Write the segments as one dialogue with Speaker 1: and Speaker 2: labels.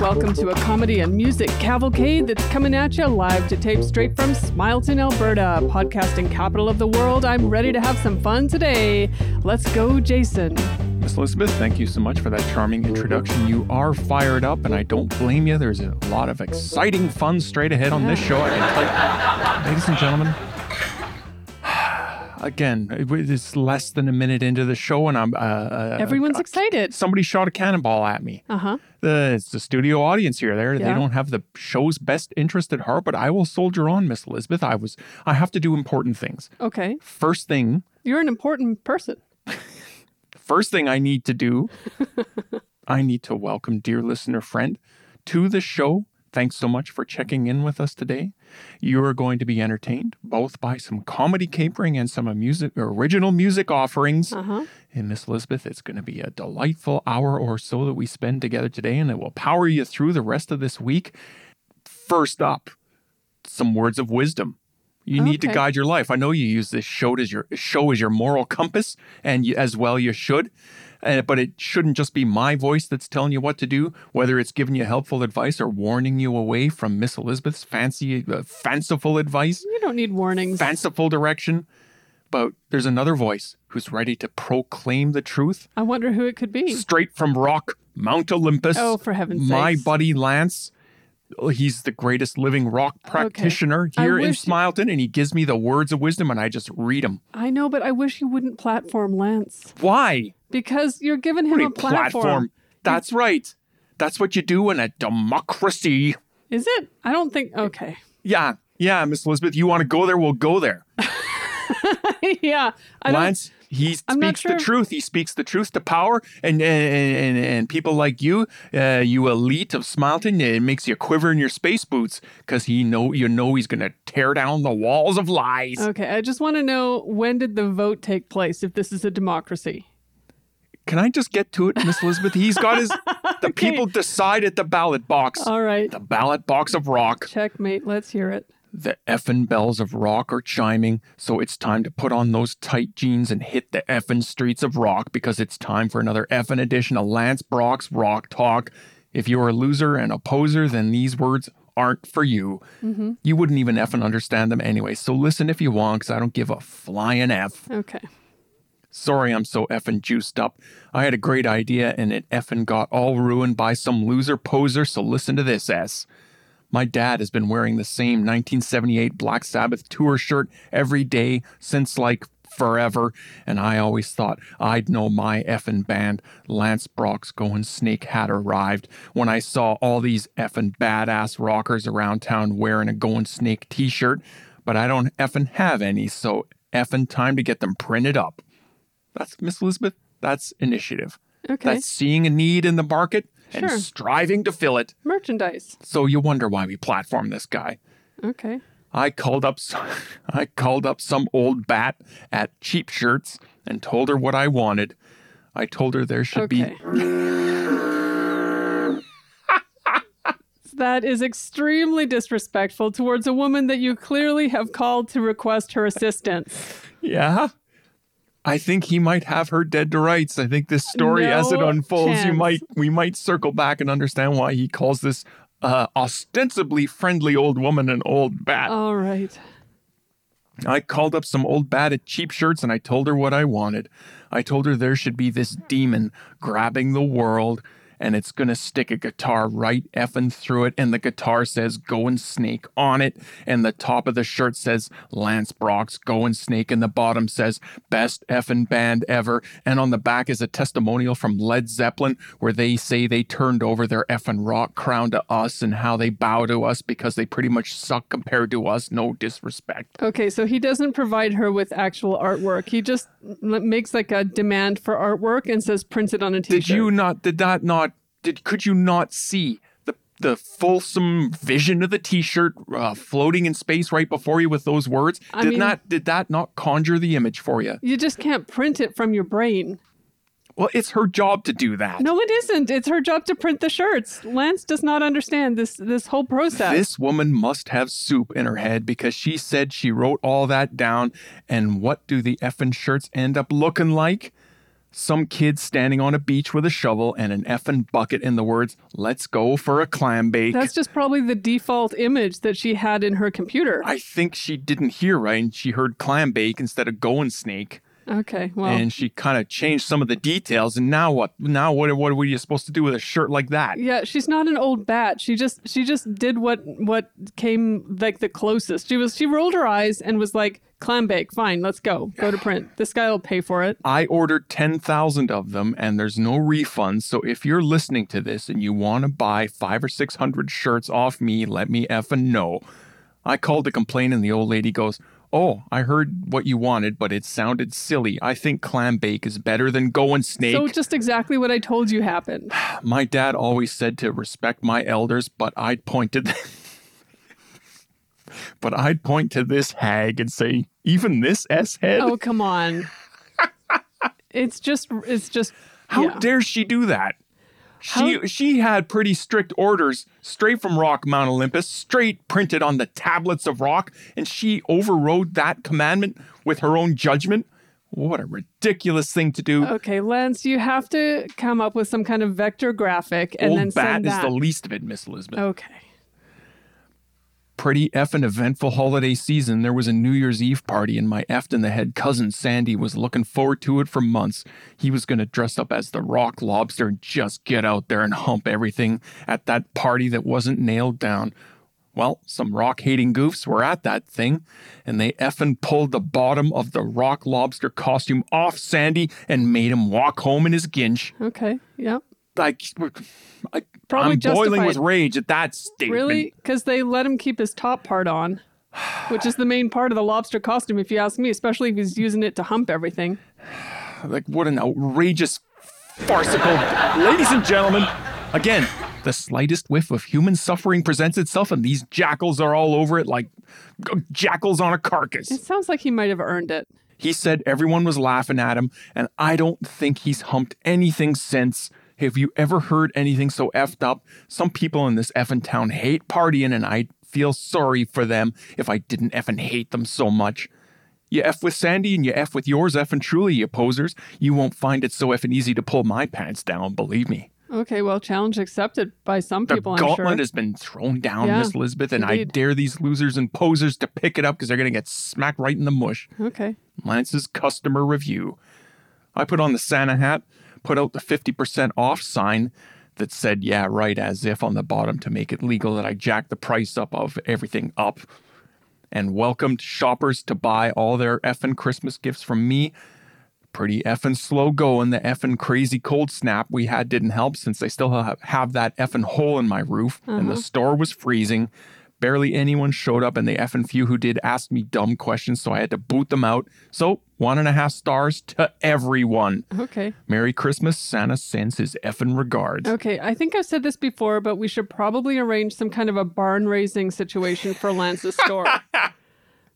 Speaker 1: welcome to a comedy and music cavalcade that's coming at you live to tape straight from Smileton, Alberta, podcasting capital of the world. I'm ready to have some fun today. Let's go, Jason.
Speaker 2: Miss Elizabeth, thank you so much for that charming introduction. You are fired up, and I don't blame you. There's a lot of exciting fun straight ahead on this show. I can tell you. Ladies and gentlemen, again, it- it's less than a minute into the show, and I'm uh, uh,
Speaker 1: Everyone's
Speaker 2: uh,
Speaker 1: excited.
Speaker 2: Somebody shot a cannonball at me.
Speaker 1: Uh huh.
Speaker 2: The, it's the studio audience here. There, they
Speaker 1: Yeah.
Speaker 2: don't have the show's best interest at heart. But I will soldier on, Miss Elizabeth. I was. I have to do important things.
Speaker 1: Okay.
Speaker 2: First thing
Speaker 1: You're an important person.
Speaker 2: first thing I need to do, I need to welcome dear listener friend to the show. Thanks so much for checking in with us today. You are going to be entertained both by some comedy capering and some music original music offerings.
Speaker 1: Uh huh.
Speaker 2: And Miss Elizabeth, it's going to be a delightful hour or so that we spend together today, and it will power you through the rest of this week. First up, some words of wisdom. You need to
Speaker 1: Okay.
Speaker 2: guide your life. I know you use this show as your show as your moral compass, and you, as well you should. And, but it shouldn't just be my voice that's telling you what to do, whether it's giving you helpful advice or warning you away from Miss Elizabeth's fancy, uh, fanciful advice
Speaker 1: You don't need warnings.
Speaker 2: fanciful direction, but there's another voice who's ready to proclaim the truth
Speaker 1: I wonder who it could be.
Speaker 2: straight from rock Mount Olympus.
Speaker 1: Oh, for heaven's
Speaker 2: My
Speaker 1: sakes.
Speaker 2: buddy Lance. He's the greatest living rock practitioner
Speaker 1: I
Speaker 2: here in
Speaker 1: wish-
Speaker 2: Smileton, and he gives me the words of wisdom, and I just read them.
Speaker 1: I know, but I wish you wouldn't platform Lance
Speaker 2: Why?
Speaker 1: because you're giving him
Speaker 2: What do you
Speaker 1: a platform.
Speaker 2: That's right. That's what you do in a democracy.
Speaker 1: Is it? I don't think. Okay.
Speaker 2: Yeah, yeah, Miss Elizabeth, you want to go there? We'll go there.
Speaker 1: yeah. I don't-
Speaker 2: Lance, he
Speaker 1: I'm not
Speaker 2: speaks
Speaker 1: sure
Speaker 2: the
Speaker 1: if-
Speaker 2: truth. He speaks the truth to power, and and and, and people like you, uh, you elite of Smileton, it makes you quiver in your space boots because he know you know he's gonna tear down the walls of lies.
Speaker 1: Okay, I just want to know when did the vote take place if this is a democracy?
Speaker 2: Can I just get to it, Miss Elizabeth? He's got his. The people decide at the ballot box.
Speaker 1: All right.
Speaker 2: the ballot box of rock.
Speaker 1: Checkmate, let's hear it.
Speaker 2: The effin' bells of rock are chiming, so it's time to put on those tight jeans and hit the effin' streets of rock because it's time for another effin' edition of Lance Brock's Rock Talk. If you're a loser and a poser, then these words aren't for you. You wouldn't even effin' understand them anyway, so listen if you want, because I don't give a flying F.
Speaker 1: Okay.
Speaker 2: Sorry I'm so effin' juiced up. I had a great idea and it effin' got all ruined by some loser poser, so listen to this, S. My dad has been wearing the same 1978 Black Sabbath tour shirt every day since like forever, and I always thought I'd know my effin' band. Lance Brock's Going Snake had arrived when I saw all these effin' badass rockers around town wearing a Going Snake t shirt, but I don't effin' have any, so effin' time to get them printed up. That's Miss Elizabeth. That's initiative.
Speaker 1: Okay.
Speaker 2: That's seeing a need in the market and
Speaker 1: Sure.
Speaker 2: striving to fill it.
Speaker 1: Merchandise.
Speaker 2: So you wonder why we platform this guy.
Speaker 1: Okay.
Speaker 2: I called up some, I called up some old bat at cheap shirts and told her what I wanted. I told her there should
Speaker 1: Okay.
Speaker 2: be
Speaker 1: That is extremely disrespectful towards a woman that you clearly have called to request her assistance.
Speaker 2: Yeah. I think he might have her dead to rights. I think this story as it
Speaker 1: No
Speaker 2: unfolds, you
Speaker 1: chance.
Speaker 2: might we might circle back and understand why he calls this uh, ostensibly friendly old woman an old bat.
Speaker 1: All right.
Speaker 2: I called up some old bat at cheap shirts and I told her what I wanted. I told her there should be this demon grabbing the world and it's gonna stick a guitar right effing through it. And the guitar says Going Snake on it. And the top of the shirt says Lance Brock's Going Snake. And the bottom says Best effing band ever. And on the back is a testimonial from Led Zeppelin where they say they turned over their effing rock crown to us and how they bow to us because they pretty much suck compared to us. No disrespect.
Speaker 1: Okay, so he doesn't provide her with actual artwork. He just l- makes like a demand for artwork and says print it on a t-shirt.
Speaker 2: did you not did that not did could you not see the the fulsome vision of the t-shirt uh, floating in space right before you with those words
Speaker 1: I
Speaker 2: did
Speaker 1: mean-
Speaker 2: not did that not conjure the image for you
Speaker 1: You just can't print it from your brain.
Speaker 2: well it's her job to do that
Speaker 1: No, it isn't. It's her job to print the shirts. Lance does not understand this this whole process.
Speaker 2: This woman must have soup in her head because she said she wrote all that down. And what do the effing shirts end up looking like? Some kid standing on a beach with a shovel and an effing bucket and the words, let's go for a clam bake.
Speaker 1: That's just probably the default image that she had in her computer.
Speaker 2: I think she didn't hear right. and She heard clam bake instead of going snake.
Speaker 1: Okay, well,
Speaker 2: and she kind of changed some of the details. And now what? Now what? What are you supposed to do with a shirt like that?
Speaker 1: yeah, she's not an old bat. She just she just did what what came like the closest. She was she rolled her eyes and was like, "Clam bake, fine, let's go, go to print. This guy will pay for it."
Speaker 2: I ordered ten thousand of them, and there's no refunds. So if you're listening to this and you want to buy five or six hundred shirts off me, let me effing know. I called to complain, and the old lady goes. Oh, I heard what you wanted, but it sounded silly. I think clam bake is better than going snake.
Speaker 1: So just exactly what I told you happened.
Speaker 2: My dad always said to respect my elders, but I'd point to but I'd point to this hag and say, even this s head.
Speaker 1: Oh come on! it's just it's just
Speaker 2: How
Speaker 1: yeah.
Speaker 2: dare she do that? She she had pretty strict orders straight from Rock Mount Olympus, straight printed on the tablets of rock, and she overrode that commandment with her own judgment. What a ridiculous thing to do!
Speaker 1: Okay, Lance, you have to come up with some kind of vector graphic and then
Speaker 2: Old bat
Speaker 1: send
Speaker 2: Oh, is
Speaker 1: that.
Speaker 2: the least of it, Miss Elizabeth.
Speaker 1: okay.
Speaker 2: pretty effing eventful holiday season, there was a New Year's Eve party, and my effed in the head cousin Sandy was looking forward to it for months. He was going to dress up as the rock lobster and just get out there and hump everything at that party that wasn't nailed down. Well, some rock hating goofs were at that thing, and they effing pulled the bottom of the rock lobster costume off Sandy and made him walk home in his ginch.
Speaker 1: Okay. Yeah.
Speaker 2: Like, I,
Speaker 1: Probably
Speaker 2: I'm boiling
Speaker 1: justified.
Speaker 2: with rage at that statement.
Speaker 1: Really? Because they let him keep his top part on, which is the main part of the lobster costume, if you ask me, especially if he's using it to hump everything.
Speaker 2: Like, what an outrageous, farcical. Ladies and gentlemen, again, the slightest whiff of human suffering presents itself, and these jackals are all over it like g- jackals on a
Speaker 1: It
Speaker 2: carcass.
Speaker 1: sounds like he might have earned it.
Speaker 2: He said everyone was laughing at him, and I don't think he's humped anything since. Have you ever heard anything so effed up? Some people in this effing town hate partying, and I feel sorry for them if I didn't effing hate them so much. You F with Sandy and you F with yours, F and truly, you posers. You won't find it so effing easy to pull my pants down, believe me.
Speaker 1: Okay, well, challenge accepted by some
Speaker 2: The
Speaker 1: people, I'm
Speaker 2: gauntlet
Speaker 1: sure.
Speaker 2: has been thrown down,
Speaker 1: Yeah,
Speaker 2: Miss Elizabeth, and I
Speaker 1: indeed.
Speaker 2: dare these losers and posers to pick it up because they're going to get smacked right in the mush.
Speaker 1: okay.
Speaker 2: Lance's customer review. I put on the Santa hat, put out the 50% off sign that said, yeah, right, as if on the bottom to make it legal that I jacked the price up of everything up, and welcomed shoppers to buy all their effing Christmas gifts from me. Pretty effing slow going. The effing crazy cold snap we had didn't help since I still ha- have that effing hole in my roof, and
Speaker 1: Uh-huh.
Speaker 2: the store was freezing. Barely anyone showed up, and the effing few who did asked me dumb questions, so I had to boot them out. So, one and a half stars to everyone.
Speaker 1: Okay.
Speaker 2: Merry Christmas. Santa sends his effing regards.
Speaker 1: Okay, I think I've said this before, but we should probably arrange some kind of a barn raising situation for Lance's store.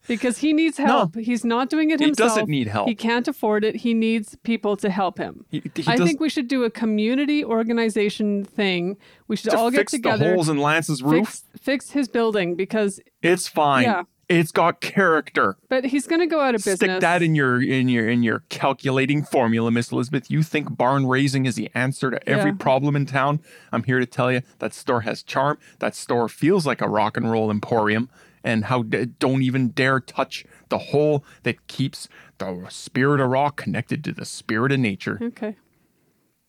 Speaker 1: because he needs help. He's not doing it
Speaker 2: He doesn't
Speaker 1: himself.
Speaker 2: need help.
Speaker 1: He can't afford it. He needs people to help him.
Speaker 2: He- he
Speaker 1: I
Speaker 2: does-
Speaker 1: think we should do a community organization thing. We should
Speaker 2: To
Speaker 1: all get
Speaker 2: fix the
Speaker 1: together,
Speaker 2: holes in Lance's roof,
Speaker 1: fix, fix his building because,
Speaker 2: it's fine.
Speaker 1: Yeah.
Speaker 2: It's got character.
Speaker 1: but he's going to go out of business.
Speaker 2: Stick that in your in your in your calculating formula, Miss Elizabeth. You think barn raising is the answer to every
Speaker 1: Yeah.
Speaker 2: problem in town? I'm here to tell you that store has charm. That store feels like a rock and roll emporium. And how d- don't even dare touch the hole that keeps the spirit of rock connected to the spirit of nature.
Speaker 1: okay.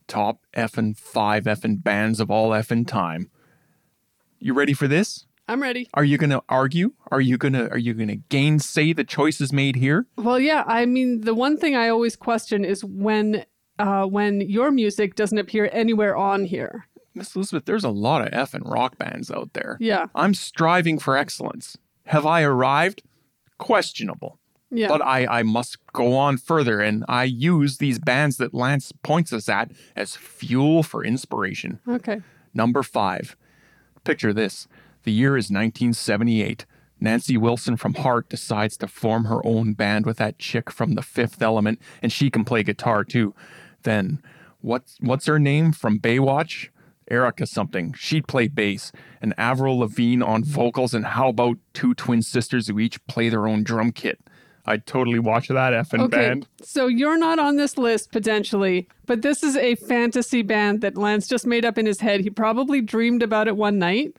Speaker 2: Top effing five effing bands of all effing time. You ready for this?
Speaker 1: I'm ready.
Speaker 2: Are you gonna argue? Are you gonna are you gonna gainsay the choices made here?
Speaker 1: Well, yeah. I mean, the one thing I always question is when uh, when your music doesn't appear anywhere on here.
Speaker 2: Miss Elizabeth, there's a lot of F and rock bands out there.
Speaker 1: Yeah.
Speaker 2: I'm striving for excellence. Have I arrived? Questionable.
Speaker 1: Yeah.
Speaker 2: But I, I must go on further, and I use these bands that Lance points us at as fuel for inspiration.
Speaker 1: okay.
Speaker 2: Number five. Picture this. The year is 1978. Nancy Wilson from Heart decides to form her own band with that chick from The Fifth Element, and she can play guitar too. Then, what's what's her name from Baywatch? Erica something. She'd play bass, and Avril Lavigne on vocals, and how about two twin sisters who each play their own drum kit? I'd totally watch that effing
Speaker 1: Okay,
Speaker 2: band.
Speaker 1: so you're not on this list potentially, but this is a fantasy band that Lance just made up in his head. He probably dreamed about it one night.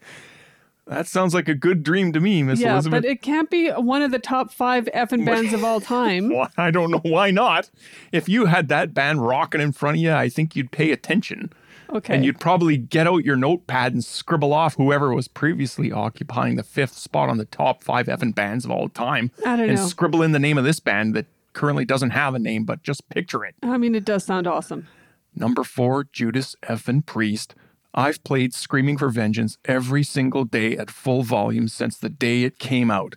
Speaker 2: That sounds like a good dream to me, Miss
Speaker 1: yeah,
Speaker 2: Elizabeth.
Speaker 1: but it can't be one of the top five effing bands of all time.
Speaker 2: Why- I don't know why not. If you had that band rocking in front of you, I think you'd pay attention.
Speaker 1: Okay.
Speaker 2: And you'd probably get out your notepad and scribble off whoever was previously occupying the fifth spot on the top five effing bands of all time.
Speaker 1: I don't
Speaker 2: and
Speaker 1: know.
Speaker 2: scribble in the name of this band that currently doesn't have a name, but just picture it.
Speaker 1: I mean, it does sound awesome.
Speaker 2: Number four, Judas effing Priest. I've played Screaming for Vengeance every single day at full volume since the day it came out.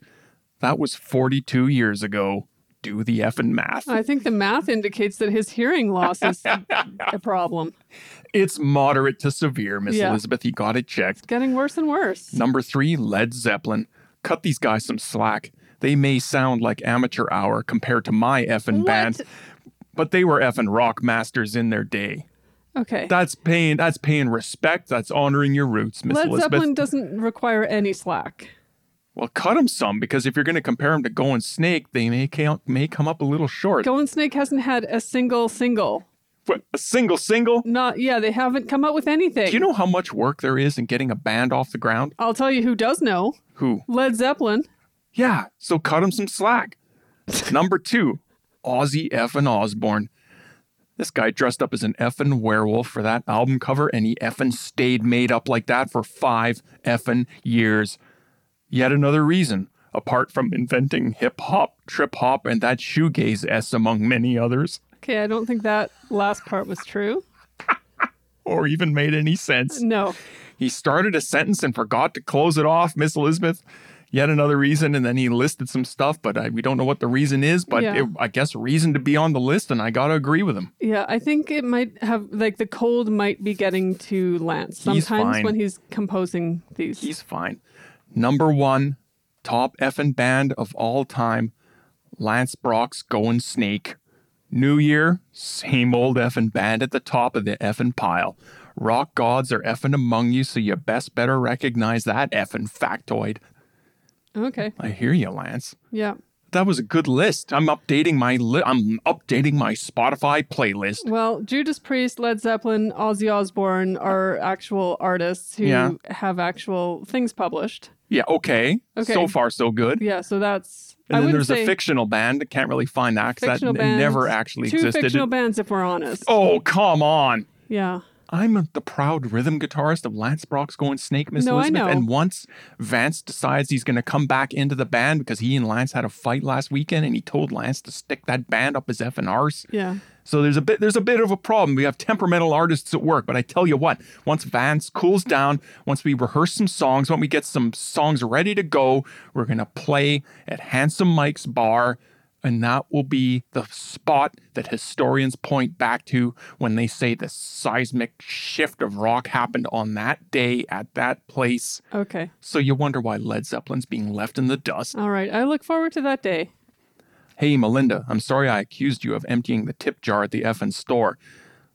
Speaker 2: That was 42 years ago. Do the effing math.
Speaker 1: I think the math indicates that his hearing loss is a problem.
Speaker 2: It's moderate to severe, Miss
Speaker 1: Yeah.
Speaker 2: Elizabeth. You got it checked.
Speaker 1: Getting worse and worse.
Speaker 2: Number three, Led Zeppelin. Cut these guys some slack. They may sound like amateur hour compared to my effing
Speaker 1: What?
Speaker 2: band, but they were effing rock masters in their day.
Speaker 1: Okay.
Speaker 2: That's paying. That's paying respect. That's honoring your roots, Miss
Speaker 1: Led
Speaker 2: Elizabeth.
Speaker 1: Zeppelin doesn't require any slack.
Speaker 2: Well, cut them some because if you're going to compare them to Going Snake, they may count, may come up a little short.
Speaker 1: Going Snake hasn't had a single single.
Speaker 2: What, a single single.
Speaker 1: Not yeah, they haven't come out with anything.
Speaker 2: Do you know how much work there is in getting a band off the ground?
Speaker 1: I'll tell you who does know.
Speaker 2: Who?
Speaker 1: Led Zeppelin.
Speaker 2: Yeah, so cut him some slack. Number two, Ozzy effing Osbourne. This guy dressed up as an effing werewolf for that album cover, and he effing stayed made up like that for five effing years. Yet another reason, apart from inventing hip hop, trip hop, and that shoegaze s among many others,
Speaker 1: Okay, I don't think that last part was true.
Speaker 2: or even made any sense.
Speaker 1: No.
Speaker 2: He started a sentence and forgot to close it off, Miss Elizabeth. Yet another reason, and then he listed some stuff, but I, we don't know what the reason is. But
Speaker 1: Yeah.
Speaker 2: it, I guess reason to be on the list, and I gotta agree with him.
Speaker 1: Yeah, I think it might have like the cold might be getting to Lance
Speaker 2: He's
Speaker 1: sometimes
Speaker 2: fine.
Speaker 1: when he's composing these.
Speaker 2: He's fine. Number one, top effing band of all time, Lance Brock's Going Snake. New Year, same old effing band at the top of the effing pile. Rock gods are effing among you, so you best better recognize that effing factoid.
Speaker 1: okay.
Speaker 2: I hear you, Lance.
Speaker 1: Yeah.
Speaker 2: That was a good list. I'm updating my li- I'm updating my Spotify playlist.
Speaker 1: Well, Judas Priest, Led Zeppelin, Ozzy Osbourne are actual artists who
Speaker 2: Yeah.
Speaker 1: have actual things published.
Speaker 2: Yeah, okay.
Speaker 1: Okay.
Speaker 2: So far so good.
Speaker 1: Yeah, so that's I
Speaker 2: And then
Speaker 1: wouldn't
Speaker 2: there's
Speaker 1: say
Speaker 2: a fictional band. I can't really find that because that
Speaker 1: fictional
Speaker 2: n-
Speaker 1: bands.
Speaker 2: never actually
Speaker 1: two
Speaker 2: existed.
Speaker 1: fictional bands if we're honest.
Speaker 2: oh, come on.
Speaker 1: Yeah.
Speaker 2: I'm the proud rhythm guitarist of Lance Brock's Going Snake, Miss
Speaker 1: No, I
Speaker 2: Elizabeth.
Speaker 1: know.
Speaker 2: And once Vance decides he's going to come back into the band because he and Lance had a fight last weekend and he told Lance to stick that band up his effing arse.
Speaker 1: Yeah.
Speaker 2: So there's a bit there's a bit of a problem. We have temperamental artists at work, but I tell you what, once Vance cools down, once we rehearse some songs, once we get some songs ready to go, we're gonna play at Handsome Mike's bar, and that will be the spot that historians point back to when they say the seismic shift of rock happened on that day at that place.
Speaker 1: Okay.
Speaker 2: So you wonder why Led Zeppelin's being left in the dust.
Speaker 1: All right. I look forward to that day.
Speaker 2: Hey, Melinda, I'm sorry I accused you of emptying the tip jar at the effing store.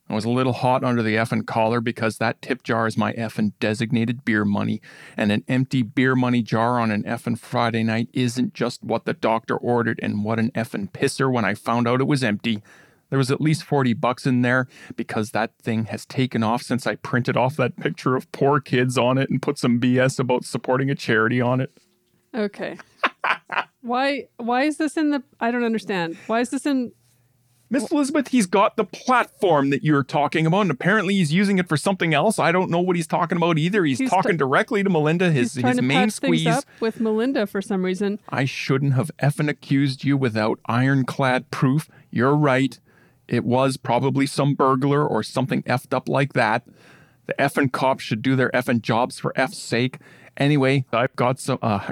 Speaker 2: I was a little hot under the effing collar because that tip jar is my effing designated beer money, and an empty beer money jar on an effing Friday night isn't just what the doctor ordered and what an effing pisser when I found out it was empty. There was at least 40 bucks in there because that thing has taken off since I printed off that picture of poor kids on it and put some BS about supporting a charity on it.
Speaker 1: Okay. why why is this in the I don't understand. Why is this in
Speaker 2: Miss Elizabeth, he's got the platform that you're talking about, and apparently he's using it for something else. I don't know what he's talking about either. He's,
Speaker 1: He's
Speaker 2: talking
Speaker 1: tr-
Speaker 2: directly to Melinda, his,
Speaker 1: he's trying
Speaker 2: his
Speaker 1: to
Speaker 2: main
Speaker 1: patch
Speaker 2: squeeze.
Speaker 1: things up with Melinda for some reason.
Speaker 2: I shouldn't have effing accused you without ironclad proof. You're right. It was probably some burglar or something effed up like that. The effing cops should do their effing jobs for F's sake. Anyway, I've got some. Uh,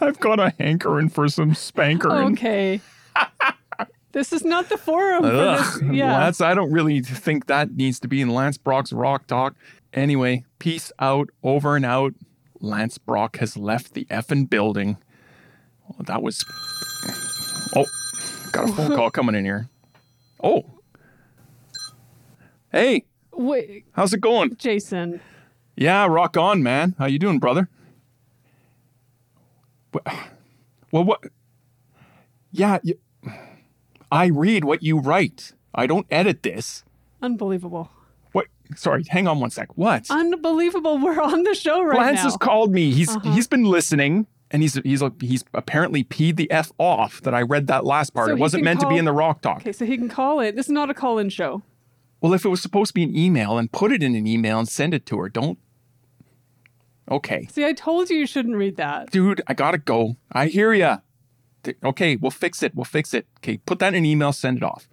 Speaker 2: I've got a hankering for some spankering.
Speaker 1: Oh, Okay. this is not the forum for
Speaker 2: Ugh.
Speaker 1: this. Yeah.
Speaker 2: Lance, I don't really think that needs to be in Lance Brock's Rock Talk. Anyway, peace out, over and out. Lance Brock has left the effing building. Well, that was. Oh, got a phone call coming in here. Oh. Hey,
Speaker 1: Wait,
Speaker 2: how's it going?
Speaker 1: Jason.
Speaker 2: Yeah, rock on, man. How you doing, brother? Wha- Well, what? Yeah, you, I read what you write. I don't edit this.
Speaker 1: Unbelievable.
Speaker 2: What? Sorry, hang on one sec. What?
Speaker 1: Unbelievable. We're on the show right
Speaker 2: Lance
Speaker 1: now.
Speaker 2: has called me. He's
Speaker 1: Uh-huh.
Speaker 2: he's been listening, and he's he's uh, he's apparently peed the f off that I read that last part.
Speaker 1: So
Speaker 2: it
Speaker 1: he
Speaker 2: wasn't
Speaker 1: can
Speaker 2: meant to be
Speaker 1: call-
Speaker 2: in the rock talk.
Speaker 1: okay, so he can call it. This is not a call in show.
Speaker 2: Well, if it was supposed to be an email, and put it in an email and send it to her. Don't. Okay,
Speaker 1: See, I told you you shouldn't read that.
Speaker 2: dude, I gotta go. I hear ya. Th- Okay, we'll fix it. We'll fix it. Okay, put that in an email. Send it off.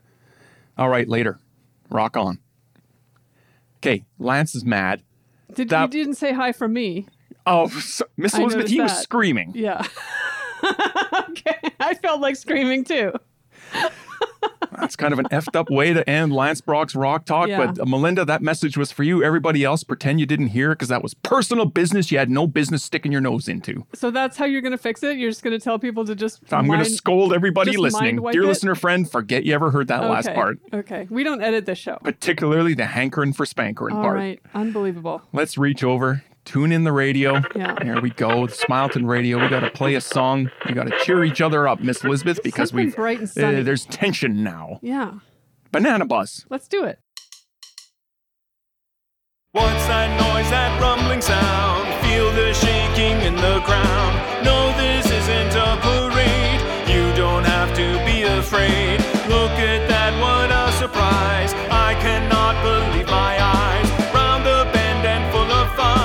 Speaker 2: All right, later. Rock on. Okay, Lance is mad.
Speaker 1: Did,
Speaker 2: That-
Speaker 1: You didn't say hi from me.
Speaker 2: Oh, so, Miss
Speaker 1: I
Speaker 2: Elizabeth, he was
Speaker 1: noticed that.
Speaker 2: screaming.
Speaker 1: Yeah. okay. I felt like screaming too.
Speaker 2: That's kind of an effed up way to end Lance Brock's Rock Talk.
Speaker 1: Yeah.
Speaker 2: But uh, Melinda, that message was for you. Everybody else, pretend you didn't hear because that was personal business you had no business sticking your nose into.
Speaker 1: So that's how you're going to fix it? You're just going to tell people to just.
Speaker 2: So I'm going to
Speaker 1: mind-
Speaker 2: scold everybody
Speaker 1: just
Speaker 2: listening.
Speaker 1: mind wipe
Speaker 2: Dear
Speaker 1: it?
Speaker 2: listener friend, forget you ever heard that last
Speaker 1: Okay,
Speaker 2: part,
Speaker 1: Okay. We don't edit this show.
Speaker 2: particularly the hankering for spankering
Speaker 1: All
Speaker 2: part.
Speaker 1: right. Unbelievable.
Speaker 2: Let's reach over, tune in the radio.
Speaker 1: Yeah.
Speaker 2: There we go. The Smileton Radio. We got to play a song. We got to cheer each other up, Miss Elizabeth, because
Speaker 1: Something
Speaker 2: we've.
Speaker 1: bright and sunny.
Speaker 2: Uh, there's tension now.
Speaker 1: Yeah.
Speaker 2: Banana Bus.
Speaker 1: Let's do it.
Speaker 3: What's that noise, that rumbling sound? Feel the shaking in the ground. No, this isn't a parade. You don't have to be afraid. Look at that, what a surprise. I cannot believe my eyes. Round the bend and full of fun.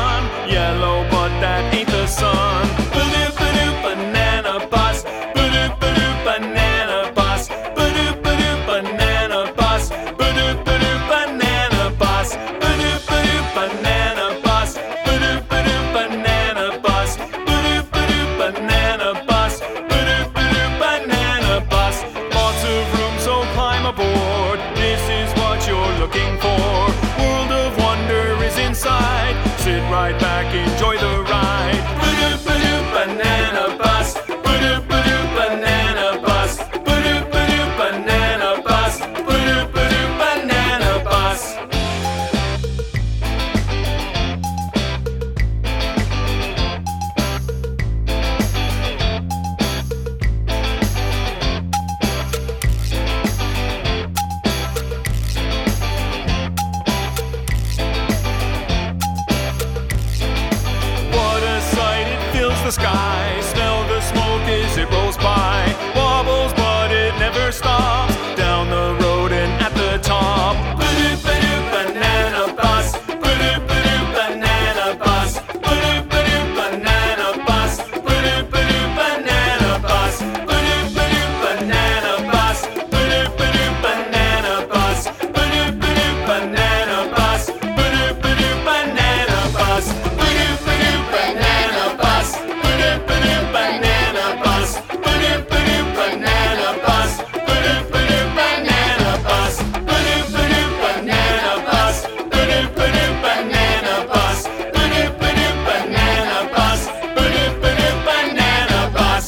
Speaker 3: Yellow, but that ain't the sun. Ba-doop, ba-doop, banana bus. Ba-doop, ba-doop, banana bus. Ba-doop, ba-doop, banana bus. Ba-doop, ba-doop, banana bus. Ba-doop, ba-doop, banana bus. Ba-doop, ba-doop, banana bus. Ba-doop, ba-doop, banana bus. Ba-doop, ba-doop, banana bus. Lots of room, so climb aboard. This is what you're looking for. World of wonder is inside. Sit right back, enjoy the ride. Ba-doop, ba-doop, banana bus. Ba-doop, ba-doop, banana bus. Ba-doop, ba-doop, banana bus. Ba-doop, ba-doop, banana bus. What a sight, it fills the sky. Smell the smoke as it rolls by. Wobbles, but it never stops. Down the road and at the top. Ba-doop, ba-doop, banana bus. Ba-doop, ba-doop, banana bus. Ba-doop, ba-doop, banana bus. Ba-doop, ba-doop, banana bus. Ba-doop, ba-doop, banana bus. Ba-doop, ba-doop, banana bus. Ba-doop, ba-doop, banana bus. Ba-doop, ba-doop, banana bus. Ba-doop, ba-doop, banana bus. Ba-doop, ba-doop, banana bus. Ba-doop, ba-doop, banana bus. Ba-doop, ba-doop, banana bus. Ba-doop, ba-doop, banana bus. Ba-doop, ba-doop, banana bus. Ba-doop, ba-doop, banana bus. Ba-doop, ba-doop, banana bus.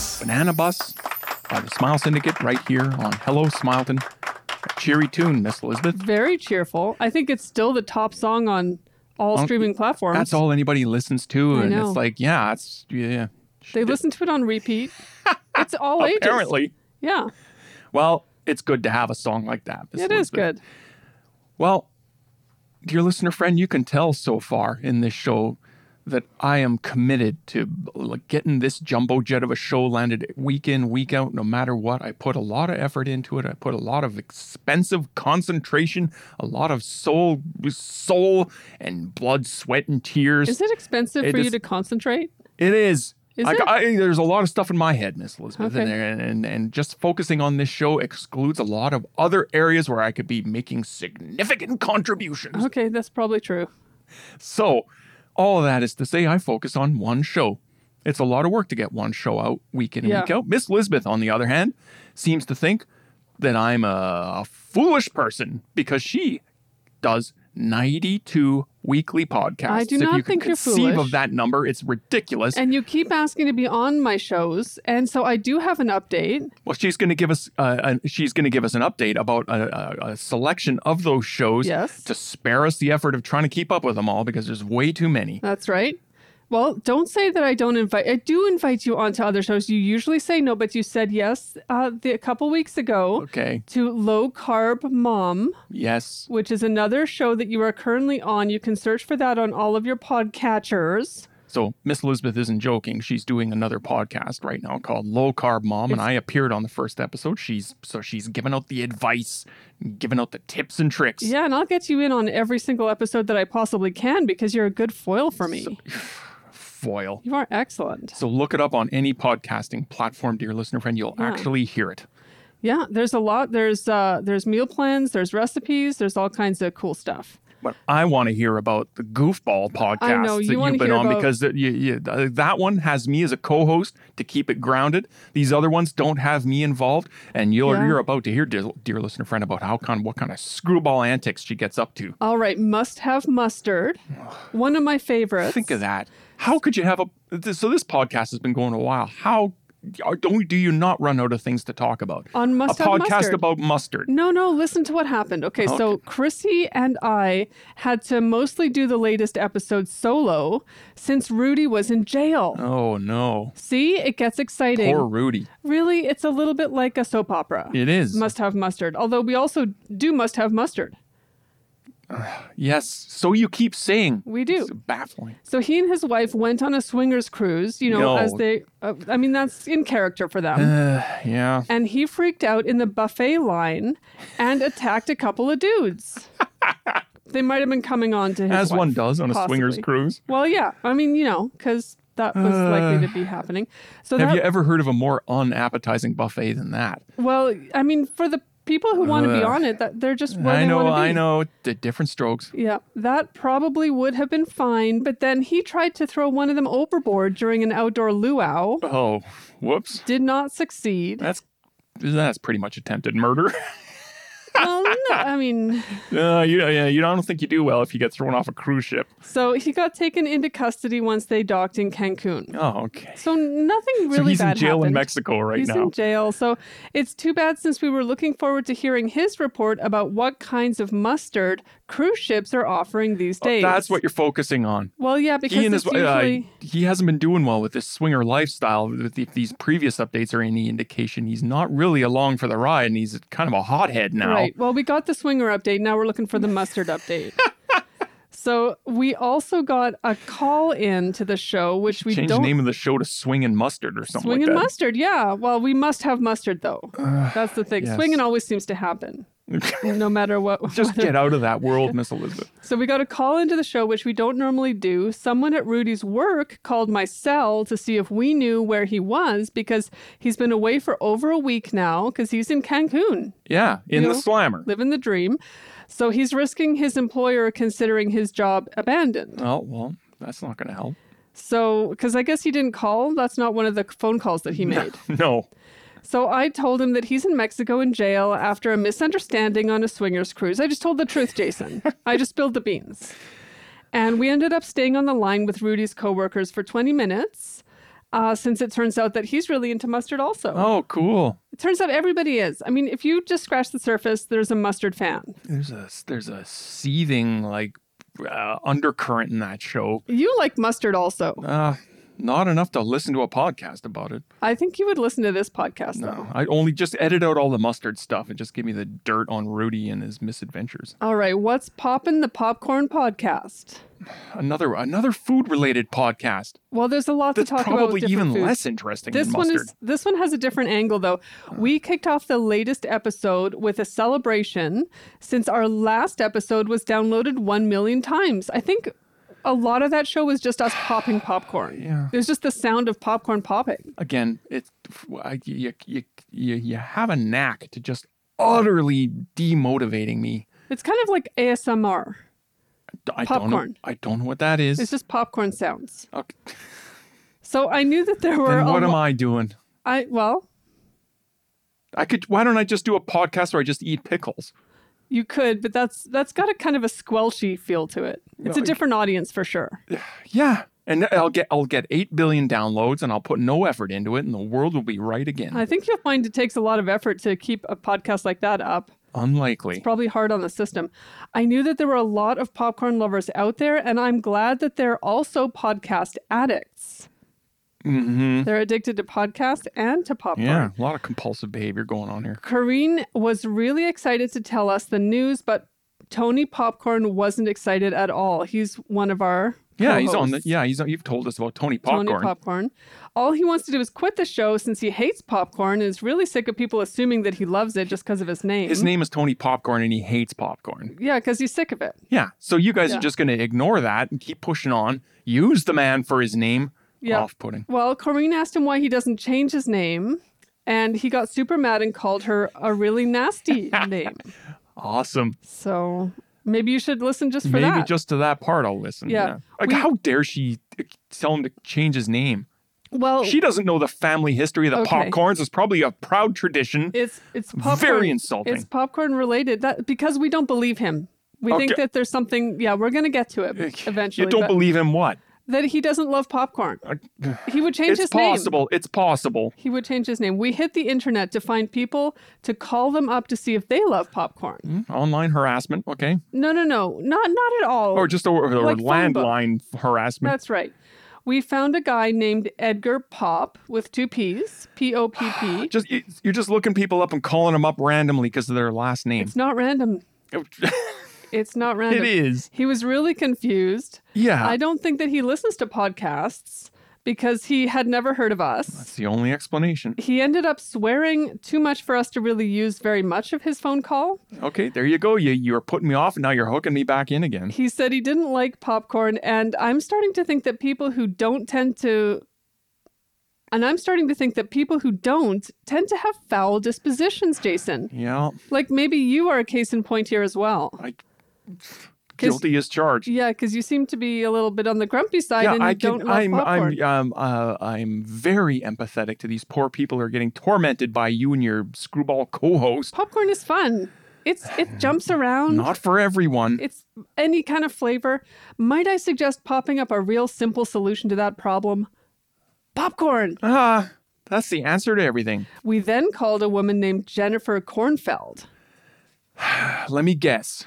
Speaker 2: Banana Bus by the Smile Syndicate right here on Hello Smileton. A cheery tune, Miss Elizabeth.
Speaker 1: Very cheerful. I think it's still the top song on all
Speaker 2: On-
Speaker 1: streaming platforms.
Speaker 2: That's all anybody listens to,
Speaker 1: I
Speaker 2: and
Speaker 1: know.
Speaker 2: it's like, yeah, it's yeah.
Speaker 1: They listen to it on repeat. It's all ages.
Speaker 2: Apparently,
Speaker 1: Yeah.
Speaker 2: well, it's good to have a song like that. Miss
Speaker 1: It is
Speaker 2: Elizabeth.
Speaker 1: good.
Speaker 2: Well, dear listener friend, you can tell so far in this show that I am committed to like, getting this jumbo jet of a show landed week in, week out, no matter what. I put a lot of effort into it. I put a lot of expensive concentration, a lot of soul, soul and blood, sweat and tears.
Speaker 1: Is it expensive
Speaker 2: It
Speaker 1: for you
Speaker 2: is-
Speaker 1: to concentrate?
Speaker 2: It is.
Speaker 1: Is
Speaker 2: I,
Speaker 1: it?
Speaker 2: I- there's a lot of stuff in my head, Miss Elizabeth,
Speaker 1: Okay.
Speaker 2: and, there- and, and and just focusing on this show excludes a lot of other areas where I could be making significant contributions.
Speaker 1: Okay, that's probably true.
Speaker 2: So, all that is to say, I focus on one show. It's a lot of work to get one show out week in and
Speaker 1: Yeah.
Speaker 2: week out. Miss Elizabeth, on the other hand, seems to think that I'm a foolish person because she does 92 weekly podcasts.
Speaker 1: I do
Speaker 2: if
Speaker 1: not
Speaker 2: you
Speaker 1: think
Speaker 2: can
Speaker 1: you're
Speaker 2: conceive
Speaker 1: foolish.
Speaker 2: of that number, it's ridiculous.
Speaker 1: And you keep asking to be on my shows, and so I do have an update.
Speaker 2: Well, she's going to give us uh, an, she's going to give us an update about a, a, a selection of those shows
Speaker 1: Yes.
Speaker 2: to spare us the effort of trying to keep up with them all because there's way too many.
Speaker 1: That's right. Well, don't say that I don't invite. I do invite you onto other shows. You usually say no, but you said yes uh, the, a couple weeks ago
Speaker 2: Okay.
Speaker 1: to Low Carb Mom,
Speaker 2: Yes.
Speaker 1: which is another show that you are currently on. You can search for that on all of your podcatchers.
Speaker 2: So Miss Elizabeth isn't joking. She's doing another podcast right now called Low Carb Mom, and I appeared on the first episode. She's so she's giving out the advice, giving out the tips and tricks.
Speaker 1: Yeah, and I'll get you in on every single episode that I possibly can because you're a good foil for me.
Speaker 2: Foil.
Speaker 1: you are excellent.
Speaker 2: So look it up on any podcasting platform, dear listener friend. You'll
Speaker 1: Yeah.
Speaker 2: actually hear it.
Speaker 1: Yeah, there's a lot. There's uh, there's meal plans, there's recipes, there's all kinds of cool stuff.
Speaker 2: But I want to hear about the goofball podcast
Speaker 1: I know,
Speaker 2: that
Speaker 1: you wanna
Speaker 2: you've been
Speaker 1: hear
Speaker 2: on
Speaker 1: about-
Speaker 2: because that you, you, uh, that one has me as a co-host to keep it grounded. These other ones don't have me involved, and you're
Speaker 1: Yeah.
Speaker 2: you're about to hear, dear, dear listener friend, about how kind what kind of screwball antics she gets up to.
Speaker 1: All right, must have mustard. One of my favorites.
Speaker 2: Think of that. How could you have a this- so this podcast has been going a while? How are- don't do you not run out of things to talk about?
Speaker 1: On Must
Speaker 2: a
Speaker 1: Have
Speaker 2: podcast
Speaker 1: Mustard.
Speaker 2: about mustard.
Speaker 1: No, no, listen to what happened. Okay, so Chrissy and I had to mostly do the latest episode solo since Rudy was in jail.
Speaker 2: Oh no,
Speaker 1: See, it gets exciting.
Speaker 2: poor Rudy.
Speaker 1: Really, it's a little bit like a soap opera.
Speaker 2: It is.
Speaker 1: Must have mustard. Although we also do must have mustard.
Speaker 2: yes, so you keep saying
Speaker 1: We do.
Speaker 2: It's baffling.
Speaker 1: So he and his wife went on a swingers cruise, you know,
Speaker 2: No.
Speaker 1: as they, uh, I mean, that's in character for them.
Speaker 2: Uh, yeah.
Speaker 1: and he freaked out in the buffet line and attacked a couple of dudes. they might have been coming on to his
Speaker 2: as one
Speaker 1: wife,
Speaker 2: does on a swingers
Speaker 1: possibly.
Speaker 2: cruise.
Speaker 1: Well, yeah. I mean, you know, because that was likely to be happening. So that,
Speaker 2: Uh. Have you ever heard of a more unappetizing buffet than that?
Speaker 1: well, I mean, for the people who want to be
Speaker 2: Ugh.
Speaker 1: on it, that they're just where
Speaker 2: I
Speaker 1: they
Speaker 2: know,
Speaker 1: want to be.
Speaker 2: I know. The different strokes.
Speaker 1: Yeah, that probably would have been fine. But then he tried to throw one of them overboard during an outdoor luau.
Speaker 2: Oh, whoops.
Speaker 1: Did not succeed.
Speaker 2: That's that's pretty much attempted murder.
Speaker 1: well, no, I mean,
Speaker 2: uh, you, yeah, you I don't think you do well if you get thrown off a cruise ship.
Speaker 1: so he got taken into custody once they docked in Cancun.
Speaker 2: Oh, okay.
Speaker 1: So nothing really
Speaker 2: so he's
Speaker 1: bad
Speaker 2: in jail in
Speaker 1: happened.
Speaker 2: Mexico right
Speaker 1: He's
Speaker 2: now.
Speaker 1: in jail. So it's too bad since we were looking forward to hearing his report about what kinds of mustard cruise ships are offering these days.
Speaker 2: Oh, That's what you're focusing on.
Speaker 1: Well, yeah, because
Speaker 2: He and
Speaker 1: it's
Speaker 2: his
Speaker 1: usually.
Speaker 2: uh, he hasn't been doing well with this swinger lifestyle. If if these previous updates are any indication, he's not really along for the ride, and he's kind of a hothead now.
Speaker 1: Right. Well, we got the swinger update. Now we're looking for the mustard update. so we also got a call in to the show, which we
Speaker 2: Change the
Speaker 1: don't.
Speaker 2: name of the show to Swing and Mustard or something
Speaker 1: Swing
Speaker 2: like
Speaker 1: and
Speaker 2: that.
Speaker 1: mustard, yeah. Well, we must have mustard though. That's the thing.
Speaker 2: yes.
Speaker 1: Swinging always seems to happen, no matter what.
Speaker 2: Just get out of that world, Miss Elizabeth.
Speaker 1: So we got a call into the show, which we don't normally do. Someone at Rudy's work called my cell to see if we knew where he was because he's been away for over a week now because he's in Cancun,
Speaker 2: Yeah, in
Speaker 1: You
Speaker 2: the
Speaker 1: know,
Speaker 2: slammer.
Speaker 1: living the dream. So he's risking his employer considering his job abandoned.
Speaker 2: Oh well, that's not going to help.
Speaker 1: So, because I guess he didn't call, that's not one of the phone calls that he made.
Speaker 2: No.
Speaker 1: So I told him that he's in Mexico in jail after a misunderstanding on a swingers cruise. I just told the truth, Jason. I just spilled the beans. And we ended up staying on the line with Rudy's coworkers for 20 minutes. Uh, since it turns out that he's really into mustard, also.
Speaker 2: Oh, cool.
Speaker 1: It turns out everybody is. I mean, if you just scratch the surface, there's a mustard fan.
Speaker 2: There's a there's a seething like uh, undercurrent in that show.
Speaker 1: You like mustard also.
Speaker 2: Uh, not enough to listen to a podcast about it.
Speaker 1: I think you would listen to this podcast, though.
Speaker 2: No, I only just edit out all the mustard stuff and just give me the dirt on Rudy and his misadventures.
Speaker 1: All right, what's poppin' the popcorn podcast?
Speaker 2: Another another food related podcast
Speaker 1: Well, there's a lot
Speaker 2: that's
Speaker 1: to talk about. with
Speaker 2: probably
Speaker 1: different
Speaker 2: even
Speaker 1: foods.
Speaker 2: less interesting
Speaker 1: This
Speaker 2: than
Speaker 1: one
Speaker 2: mustard.
Speaker 1: is this one has a different angle though. We kicked off the latest episode with a celebration since our last episode was downloaded 1 million times. I think a lot of that show was just us popping popcorn.
Speaker 2: Yeah.
Speaker 1: It was just the sound of popcorn popping.
Speaker 2: again, it's I, you, you, you, you have a knack to just utterly demotivating me.
Speaker 1: It's kind of like ASMR.
Speaker 2: I Don't know,
Speaker 1: Popcorn.
Speaker 2: I don't know what that is.
Speaker 1: It's just popcorn sounds.
Speaker 2: okay.
Speaker 1: So I knew that there were
Speaker 2: Then
Speaker 1: a
Speaker 2: what am
Speaker 1: lo-
Speaker 2: I doing?
Speaker 1: I well,
Speaker 2: I could. Why don't I just do a podcast where I just eat pickles?
Speaker 1: you could, but that's that's got a kind of a squelchy feel to it. It's a
Speaker 2: No, I-
Speaker 1: different audience for sure.
Speaker 2: Yeah, and I'll get I'll get eight billion downloads, and I'll put no effort into it, and the world will be right again.
Speaker 1: I think you'll find it takes a lot of effort to keep a podcast like that up.
Speaker 2: Unlikely.
Speaker 1: probably hard on the system. I knew that there were a lot of popcorn lovers out there, and I'm glad that they're also podcast addicts.
Speaker 2: Mm-hmm.
Speaker 1: They're addicted to podcasts and to popcorn.
Speaker 2: Yeah, a lot of compulsive behavior going on here.
Speaker 1: Kareen was really excited to tell us the news, but Tony Popcorn wasn't excited at all. He's one of our
Speaker 2: Yeah, he's on the.
Speaker 1: co-hosts,
Speaker 2: Yeah, he's on. You've told us about Tony Popcorn.
Speaker 1: Tony Popcorn. All he wants to do is quit the show since he hates popcorn and is really sick of people assuming that he loves it just because of his name.
Speaker 2: His name is Tony Popcorn, and he hates popcorn.
Speaker 1: Yeah, because he's sick of it.
Speaker 2: Yeah. So you guys
Speaker 1: Yeah.
Speaker 2: are just going to ignore that and keep pushing on. Use the man for his name.
Speaker 1: Yeah.
Speaker 2: Off-putting.
Speaker 1: Well, Corrine asked him why he doesn't change his name, and he got super mad and called her a really nasty name.
Speaker 2: Awesome.
Speaker 1: So maybe you should listen just for
Speaker 2: Maybe
Speaker 1: that.
Speaker 2: just to that part, I'll listen.
Speaker 1: Yeah.
Speaker 2: Like,
Speaker 1: We-
Speaker 2: how dare she uh, tell him to change his name?
Speaker 1: well,
Speaker 2: She doesn't know the family history of the
Speaker 1: Oh. Okay.
Speaker 2: popcorns. It's probably a proud tradition.
Speaker 1: it's it's popcorn,
Speaker 2: Very insulting.
Speaker 1: It's popcorn related that because we don't believe him. We think
Speaker 2: Okay.
Speaker 1: that there's something. Yeah, we're gonna get to it eventually.
Speaker 2: you don't
Speaker 1: but
Speaker 2: believe him what?
Speaker 1: that he doesn't love popcorn.
Speaker 2: Uh,
Speaker 1: He would change
Speaker 2: It's
Speaker 1: his name.
Speaker 2: possible. It's possible.
Speaker 1: He would change his name. We hit the internet to find people to call them up to see if they love popcorn.
Speaker 2: Hmm? Online harassment, okay?
Speaker 1: No, no, no, not not at all.
Speaker 2: Or just over over
Speaker 1: Like phone book.
Speaker 2: landline harassment.
Speaker 1: That's right. We found a guy named Edgar Pop with two P's, P O P P.
Speaker 2: Just you- you're just looking people up and calling them up randomly because of their last name.
Speaker 1: It's not random. oh, It's not random.
Speaker 2: it is.
Speaker 1: He was really confused.
Speaker 2: Yeah.
Speaker 1: I don't think that he listens to podcasts because he had never heard of us.
Speaker 2: That's the only explanation.
Speaker 1: He ended up swearing too much for us to really use very much of his phone call.
Speaker 2: Okay, there you go. You you were putting me off, and now you're hooking me back in again.
Speaker 1: He said he didn't like popcorn, and I'm starting to think that people who don't tend to. And I'm starting to think that people who don't tend to have foul dispositions, Jason.
Speaker 2: Yeah,
Speaker 1: Like maybe you are a case in point here as well.
Speaker 2: I guilty as charged.
Speaker 1: Yeah, because you seem to be a little bit on the grumpy side
Speaker 2: Yeah,
Speaker 1: and you
Speaker 2: I
Speaker 1: don't
Speaker 2: can.
Speaker 1: love
Speaker 2: I'm.
Speaker 1: popcorn.
Speaker 2: I'm. Um. Uh. I'm very empathetic to these poor people who are getting tormented by you and your screwball co-host.
Speaker 1: popcorn is fun. It's it jumps around.
Speaker 2: Not for everyone.
Speaker 1: it's any kind of flavor. Might I suggest popping up a real simple solution to that problem? Popcorn.
Speaker 2: Ah, that's the answer to everything.
Speaker 1: We then called a woman named Jennifer Kornfeld.
Speaker 2: Let me guess.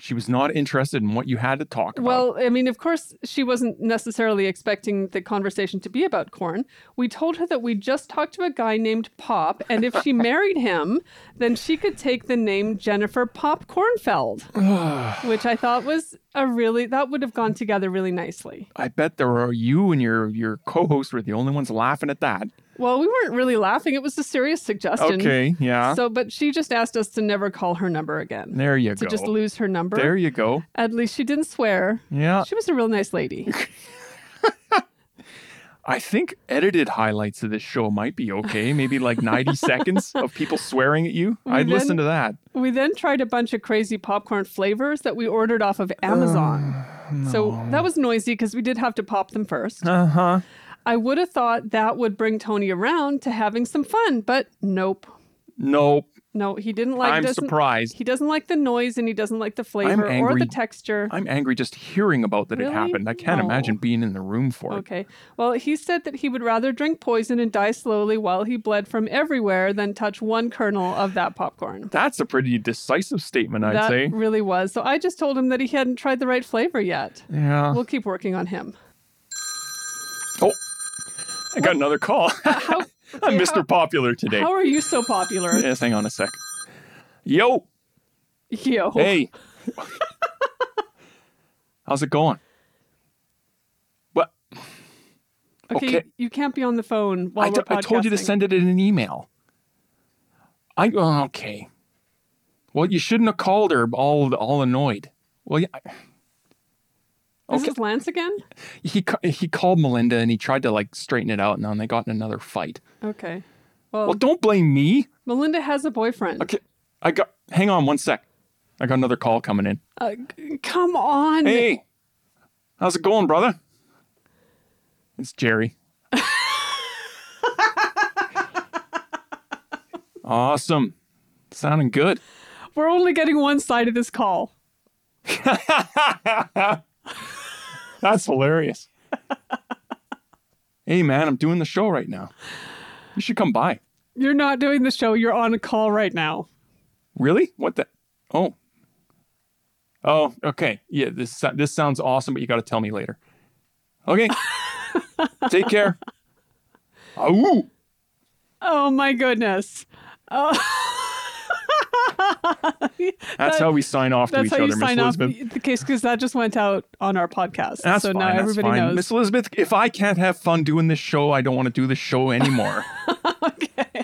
Speaker 2: She was not interested in what you had to talk about.
Speaker 1: Well, I mean, of course, she wasn't necessarily expecting the conversation to be about corn. We told her that we just talked to a guy named Pop, and if she married him, then she could take the name Jennifer Pop Kornfeld, which I thought was a really, that would have gone together really nicely.
Speaker 2: I bet there were you and your your co-host were the only ones laughing at that.
Speaker 1: Well, we weren't really laughing. It was a serious suggestion.
Speaker 2: Okay. Yeah.
Speaker 1: So, but she just asked us to never call her number again,
Speaker 2: there you
Speaker 1: to
Speaker 2: go.
Speaker 1: just lose her number.
Speaker 2: there you go.
Speaker 1: At least she didn't swear.
Speaker 2: Yeah.
Speaker 1: She was a real nice lady.
Speaker 2: I think edited highlights of this show might be okay. Maybe like 90 seconds of people swearing at you. I'd
Speaker 1: then-
Speaker 2: listen to that.
Speaker 1: We then tried a bunch of crazy popcorn flavors that we ordered off of Amazon. So that was noisy because we did have to pop them first.
Speaker 2: Uh huh.
Speaker 1: I would have thought that would bring Tony around to having some fun, but nope.
Speaker 2: Nope.
Speaker 1: No, he didn't like
Speaker 2: I'm
Speaker 1: doesn't-
Speaker 2: surprised.
Speaker 1: He doesn't like the noise and he doesn't like the flavor or
Speaker 2: angry.
Speaker 1: the texture.
Speaker 2: I'm angry just hearing about that
Speaker 1: Really?
Speaker 2: it happened. I can't
Speaker 1: No.
Speaker 2: imagine being in the room for it.
Speaker 1: Okay. Well, he said that he would rather drink poison and die slowly while he bled from everywhere than touch one kernel of that popcorn.
Speaker 2: That's a pretty decisive statement, I'd
Speaker 1: that
Speaker 2: say.
Speaker 1: really was. So I just told him that he hadn't tried the right flavor yet.
Speaker 2: Yeah.
Speaker 1: We'll keep working on him.
Speaker 2: oh, I got another call.
Speaker 1: How,
Speaker 2: I'm
Speaker 1: yeah,
Speaker 2: Mr. Popular today.
Speaker 1: How are you so popular?
Speaker 2: Yes, hang on a sec. Yo.
Speaker 1: Oh. Yo.
Speaker 2: Hey. How's it going? What?
Speaker 1: okay,
Speaker 2: okay.
Speaker 1: You, you can't be on the phone while
Speaker 2: I,
Speaker 1: we're
Speaker 2: t- I told you to
Speaker 1: podcasting.
Speaker 2: send it in an email. I oh, okay. Well, you shouldn't have called her all all annoyed. Well, yeah. I-
Speaker 1: This
Speaker 2: Okay.
Speaker 1: is Lance again?
Speaker 2: He ca- he called Melinda and he tried to like straighten it out, and then they got in another fight.
Speaker 1: Okay. Well,
Speaker 2: Well, don't blame me.
Speaker 1: Melinda has a boyfriend.
Speaker 2: Okay, I got. Hang on one sec. I got another call coming in.
Speaker 1: Uh, g- come on.
Speaker 2: Hey, how's it going, brother? It's Jerry. awesome. Sounding good.
Speaker 1: We're only getting one side of this call.
Speaker 2: That's hilarious. hey, man, I'm doing the show right now. You should come by.
Speaker 1: You're not doing the show. You're on a call right now.
Speaker 2: Really? What the? Oh. Oh, okay. Yeah, this so- this sounds awesome, but you got to tell me later. Okay. Take care. Ooh.
Speaker 1: Oh my goodness. Oh.
Speaker 2: That's
Speaker 1: That-
Speaker 2: how we sign off to
Speaker 1: That's
Speaker 2: each
Speaker 1: how you
Speaker 2: other, Miss
Speaker 1: sign off
Speaker 2: Elizabeth.
Speaker 1: the case because that just went out on our podcast.
Speaker 2: That's
Speaker 1: so
Speaker 2: fine.
Speaker 1: now
Speaker 2: that's
Speaker 1: everybody
Speaker 2: fine.
Speaker 1: knows.
Speaker 2: Miss Elizabeth, if I can't have fun doing this show, I don't want to do this show anymore.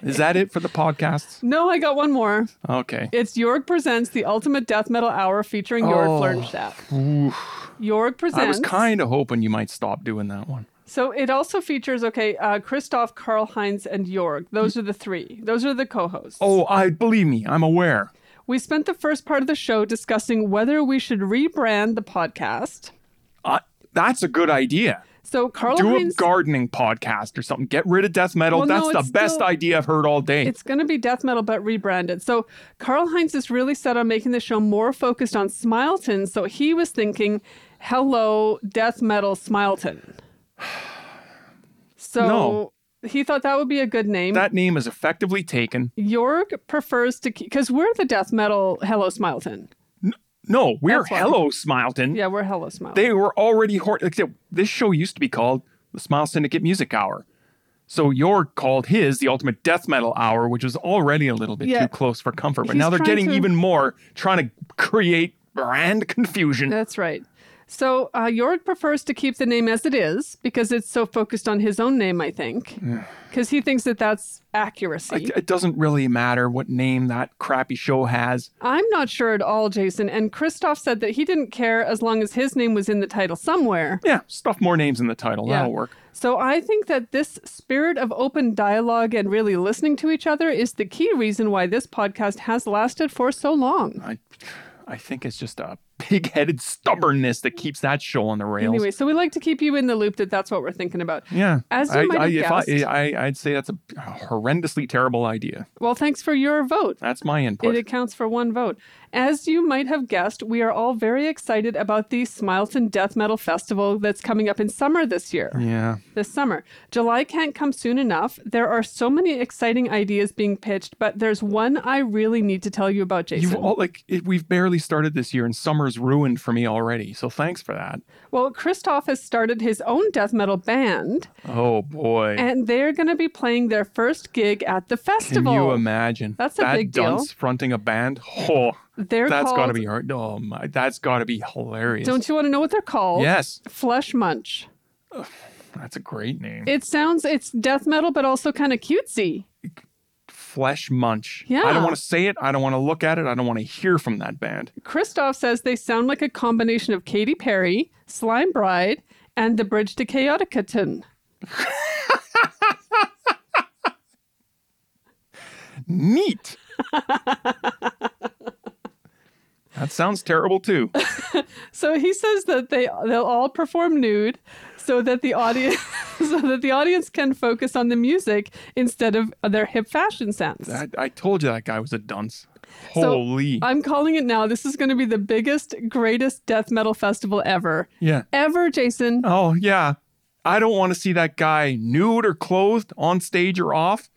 Speaker 2: Is that it for the podcasts?
Speaker 1: No, I got one more.
Speaker 2: Okay.
Speaker 1: It's Jorg presents the ultimate death metal hour featuring Jorg
Speaker 2: Oh.
Speaker 1: Flernstadt.
Speaker 2: Oof.
Speaker 1: Jorg presents.
Speaker 2: I was kind of hoping you might stop doing that one.
Speaker 1: So it also features okay, uh, Christoph, Karl Heinz, and Jorg. Those are the three. Those are the co-hosts.
Speaker 2: Oh, I believe me, I'm aware.
Speaker 1: We spent the first part of the show discussing whether we should rebrand the podcast.
Speaker 2: I, that's a good idea.
Speaker 1: So Karl
Speaker 2: Do a
Speaker 1: Heinz,
Speaker 2: gardening podcast or something. Get rid of death metal.
Speaker 1: Well,
Speaker 2: that's
Speaker 1: no, it's
Speaker 2: the best
Speaker 1: still-
Speaker 2: idea I've heard all day.
Speaker 1: it's going to be death metal but rebranded. So Karl Heinz is really set on making the show more focused on Smileton. So he was thinking, "Hello, death metal Smileton." So
Speaker 2: No.
Speaker 1: he thought that would be a good name.
Speaker 2: That name is effectively taken.
Speaker 1: Jorg prefers to because we're the death metal Hello Smileton.
Speaker 2: No, we're
Speaker 1: That's why.
Speaker 2: Hello Smileton.
Speaker 1: Yeah, we're Hello Smileton.
Speaker 2: They were already hor- like they- this show used to be called the Smile Syndicate Music Hour. So York called his the Ultimate Death Metal Hour, which was already a little bit
Speaker 1: Yeah.
Speaker 2: too close for comfort. But
Speaker 1: He's
Speaker 2: now they're
Speaker 1: trying
Speaker 2: getting
Speaker 1: to-
Speaker 2: even more, trying to create brand confusion.
Speaker 1: That's right. So uh, Yorick prefers to keep the name as it is because it's so focused on his own name, I think, because he thinks that that's accuracy.
Speaker 2: It, it doesn't really matter what name that crappy show has.
Speaker 1: I'm not sure at all, Jason. And Christoph said that he didn't care as long as his name was in the title somewhere.
Speaker 2: Yeah, stuff more names in the title. That'll work.
Speaker 1: So I think that this spirit of open dialogue and really listening to each other is the key reason why this podcast has lasted for so long.
Speaker 2: I, I think it's just a pig-headed stubbornness that keeps that show on the rails.
Speaker 1: Anyway, so we like to keep you in the loop that that's what we're thinking about.
Speaker 2: yeah,
Speaker 1: As you
Speaker 2: I,
Speaker 1: might
Speaker 2: I,
Speaker 1: have
Speaker 2: if
Speaker 1: guessed.
Speaker 2: I, I, I'd say that's a horrendously terrible idea.
Speaker 1: Well, thanks for your vote.
Speaker 2: That's my input.
Speaker 1: It accounts for one vote. As you might have guessed, we are all very excited about the Smileton Death Metal Festival that's coming up in summer this year.
Speaker 2: yeah.
Speaker 1: This summer. July can't come soon enough. There are so many exciting ideas being pitched, but there's one I really need to tell you about, Jason.
Speaker 2: You've all like it, we've barely started this year, and summer's ruined for me already. So thanks for that.
Speaker 1: well, Christoph has started his own death metal band,
Speaker 2: Oh boy,
Speaker 1: and they're going to be playing their first gig at the
Speaker 2: can
Speaker 1: festival.
Speaker 2: you imagine?
Speaker 1: That's a
Speaker 2: that
Speaker 1: big deal.
Speaker 2: dunce fronting a band. Oh,
Speaker 1: They're
Speaker 2: that's got to
Speaker 1: called-
Speaker 2: be hard. Oh my, that's got to be hilarious.
Speaker 1: Don't you want to know what they're called?
Speaker 2: Yes,
Speaker 1: Flesh Munch.
Speaker 2: that's a great name.
Speaker 1: It sounds it's death metal, but also kind of cutesy.
Speaker 2: Flesh Munch. I
Speaker 1: Yeah.
Speaker 2: don't want to say it. I don't want to look at it. I don't want to hear from that band.
Speaker 1: Christoph says they sound like a combination of Katy Perry, Slime Bride, and The Bridge to Chaoticaton.
Speaker 2: Neat. that sounds terrible too.
Speaker 1: So he says that they they'll all perform nude, so that the audience so that the audience can focus on the music instead of their hip fashion sense.
Speaker 2: I, I told you that guy was a dunce.
Speaker 1: So
Speaker 2: Holy.
Speaker 1: I'm calling it now. This is going to be the biggest, greatest death metal festival ever,
Speaker 2: yeah.
Speaker 1: ever, Jason.
Speaker 2: Oh, yeah. I don't want to see that guy nude or clothed on stage or off.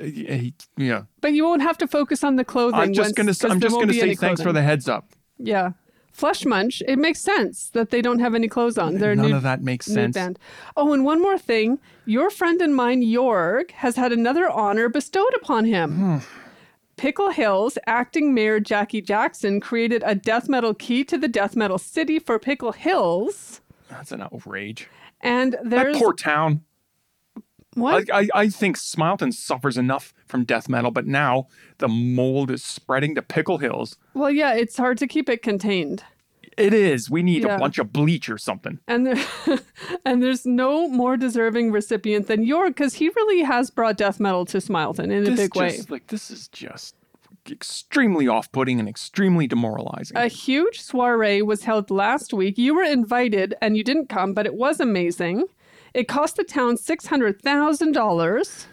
Speaker 2: Uh, he- Yeah.
Speaker 1: But you won't have to focus on the clothing.
Speaker 2: I'm just
Speaker 1: once-
Speaker 2: going
Speaker 1: 'cause
Speaker 2: to I'm
Speaker 1: there
Speaker 2: just
Speaker 1: won't
Speaker 2: going to
Speaker 1: be
Speaker 2: say
Speaker 1: any
Speaker 2: thanks for
Speaker 1: clothing.
Speaker 2: the heads up.
Speaker 1: Yeah. Flesh Munch, it makes sense that they don't have any clothes on. They're
Speaker 2: None
Speaker 1: nude,
Speaker 2: of that makes
Speaker 1: nude
Speaker 2: sense.
Speaker 1: band. Oh, and one more thing. Your friend and mine, Jorg, has had another honor bestowed upon
Speaker 2: Hmm.
Speaker 1: him. Pickle Hills acting mayor Jackie Jackson created a death metal key to the death metal city for Pickle Hills.
Speaker 2: That's an outrage.
Speaker 1: And there's
Speaker 2: that poor town.
Speaker 1: what?
Speaker 2: I, I, I think Smileton suffers enough from death metal, but now the mold is spreading to Pickle Hills.
Speaker 1: well, yeah, it's hard to keep it contained.
Speaker 2: It is. We need
Speaker 1: Yeah.
Speaker 2: a bunch of bleach or something.
Speaker 1: And there, and there's no more deserving recipient than Jorg because he really has brought death metal to Smileton in a
Speaker 2: this
Speaker 1: big way.
Speaker 2: just, Like this is just extremely off-putting and extremely demoralizing.
Speaker 1: A huge soiree was held last week. You were invited and you didn't come, but it was amazing. It cost the town $600,000.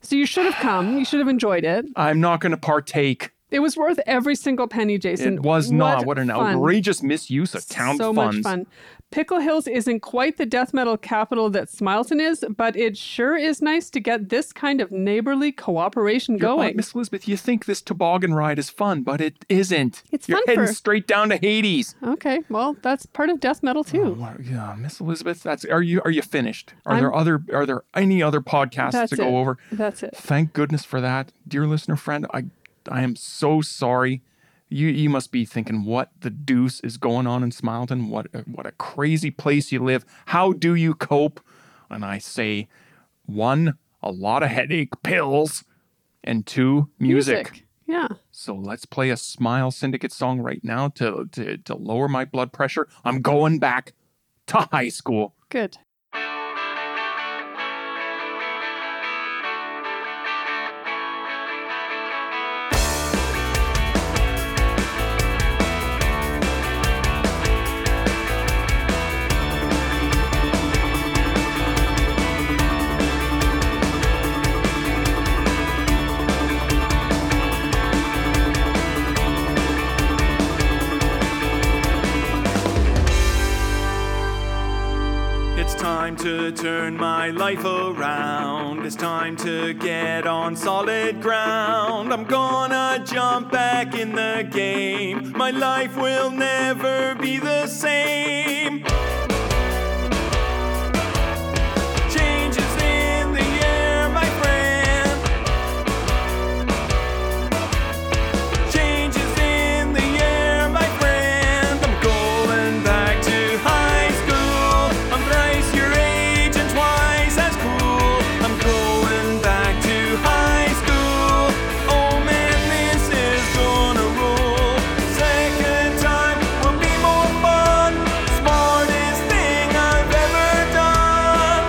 Speaker 1: So you should have come. You should have enjoyed it.
Speaker 2: I'm not going to partake.
Speaker 1: It was worth every single penny, Jason.
Speaker 2: It was not.
Speaker 1: What
Speaker 2: What an
Speaker 1: fun.
Speaker 2: outrageous misuse of town
Speaker 1: so
Speaker 2: funds.
Speaker 1: much fun. Pickle Hills isn't quite the death metal capital that Smileton is, but it sure is nice to get this kind of neighborly cooperation
Speaker 2: Right,
Speaker 1: going.
Speaker 2: Miss Elizabeth, you think this toboggan ride is fun, but it isn't.
Speaker 1: It's
Speaker 2: You're
Speaker 1: fun
Speaker 2: heading
Speaker 1: for-
Speaker 2: straight down to Hades.
Speaker 1: okay, well, that's part of death metal too.
Speaker 2: What- Oh Yeah, Miss Elizabeth, that's are you are you finished? Are
Speaker 1: I'm-
Speaker 2: there other are there any other podcasts
Speaker 1: that's
Speaker 2: to
Speaker 1: it.
Speaker 2: go over?
Speaker 1: That's it.
Speaker 2: Thank goodness for that, dear listener friend. I I am so sorry. You you must be thinking what the deuce is going on in Smileton? What a- what a crazy place you live. How do you cope? And I say, one, a lot of headache pills, and two, music.
Speaker 1: Yeah.
Speaker 2: So let's play a Smile Syndicate song right now to, to, to lower my blood pressure. I'm going back to high school.
Speaker 1: Good.
Speaker 3: It's time to turn my life around. It's time to get on solid ground. I'm gonna jump back in the game. My life will never be the same. Change is in the air, my friend. Change is in the air, my friend. I'm going back to high school. I'm thrice your age and twice as cool. I'm going back to high school. Oh man, this is gonna rule. Second time will be more fun. Smartest thing I've ever done.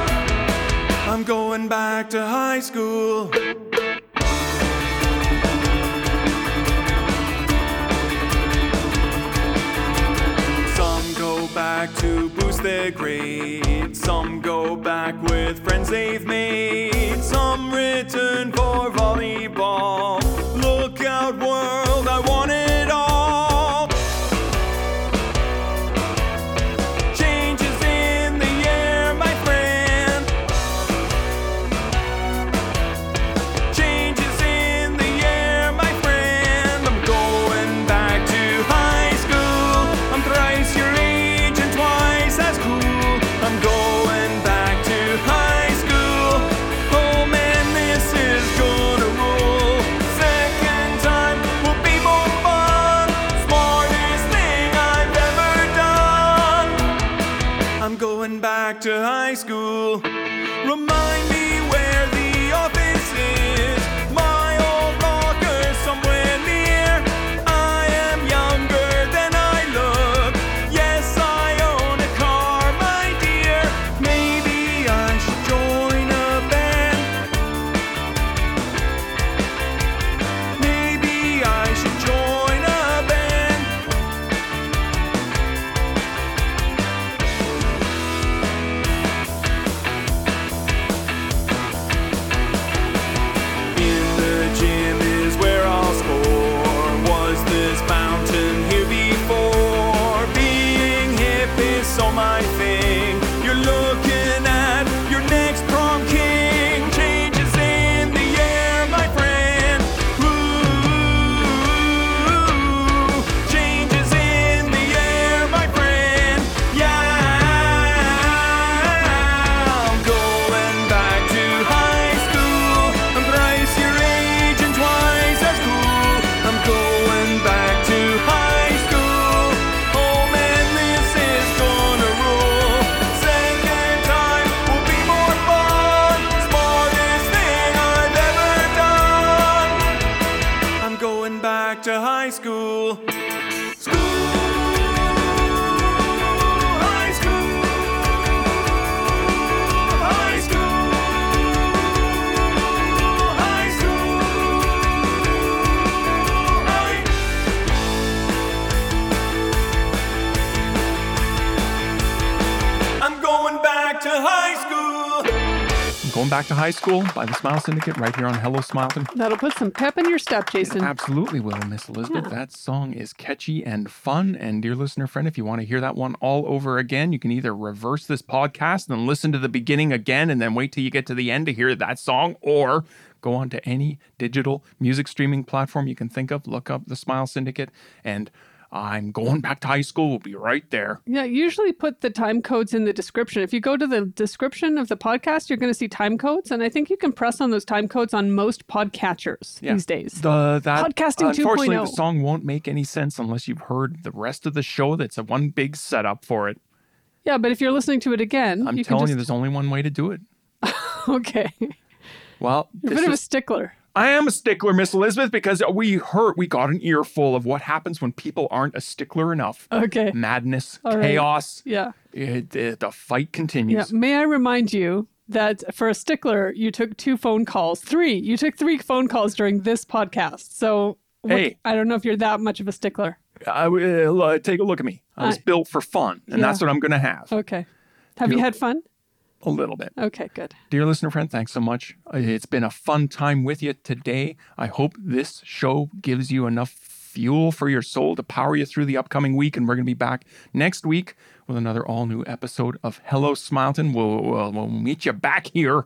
Speaker 3: I'm going back to high school. Some go back to boost their grades. Some go back with friends they've made. Some return for volleyball. Look out, world, I want it all. Change is in the air, my friend. Changes in the air, my friend. I'm going back to high school. I'm thrice your age and twice as cool. I'm going back to high school. Oh man, this is gonna rule. Second time will be more fun. Smartest thing I've ever done. I'm going back to high school. Remind me where the office is. My old locker somewhere near. I am younger than I look. Yes, I own a car, my dear. Maybe I should join a band. Maybe I should join a band.
Speaker 2: Going back to high school by the Smile Syndicate right here on Hello Smileton.
Speaker 1: That'll put some pep in your step, Jason.
Speaker 2: Absolutely will, Miss Elizabeth. That song is catchy and fun. And dear listener friend, if you want to hear that one all over again, you can either reverse this podcast and listen to the beginning again and then wait till you get to the end to hear that song, or go on to any digital music streaming platform you can think of, look up the Smile Syndicate, and I'm going back to high school. We'll be right there.
Speaker 1: Yeah, usually put the time codes in the description. If you go to the description of the podcast, you're going to see time codes, and I think you can press on those time codes on most podcatchers
Speaker 2: Yeah.
Speaker 1: these days.
Speaker 2: The that
Speaker 1: Podcasting
Speaker 2: unfortunately
Speaker 1: 2.0.
Speaker 2: the song won't make any sense unless you've heard the rest of the show. That's a one big setup for it.
Speaker 1: yeah, but if you're listening to it again,
Speaker 2: I'm
Speaker 1: you
Speaker 2: telling you,
Speaker 1: can
Speaker 2: there's only one way to do it.
Speaker 1: just okay. You're
Speaker 2: Well,
Speaker 1: a
Speaker 2: this
Speaker 1: bit of a
Speaker 2: is-
Speaker 1: stickler.
Speaker 2: I am a stickler, Miss Elizabeth, because we heard we got an earful of what happens when people aren't a stickler enough.
Speaker 1: Okay.
Speaker 2: Madness,
Speaker 1: All right.
Speaker 2: chaos.
Speaker 1: Yeah.
Speaker 2: It- it- the fight
Speaker 1: Yeah.
Speaker 2: continues.
Speaker 1: May I remind you that for a stickler, you took two phone calls, three. You took three phone calls during this podcast. So what-
Speaker 2: Hey.
Speaker 1: I don't know if you're that much of a stickler.
Speaker 2: I will uh, take a look at me. I was
Speaker 1: I-
Speaker 2: built for fun, and
Speaker 1: Yeah.
Speaker 2: that's what I'm going to have
Speaker 1: Okay. Have you
Speaker 2: You're-
Speaker 1: had fun?
Speaker 2: a little bit.
Speaker 1: Okay, good.
Speaker 2: Dear listener friend, thanks so much. It's been a fun time with you today. I hope this show gives you enough fuel for your soul to power you through the upcoming week. And we're going to be back next week with another all new episode of Hello Smileton. We'll, we'll, we'll meet you back here.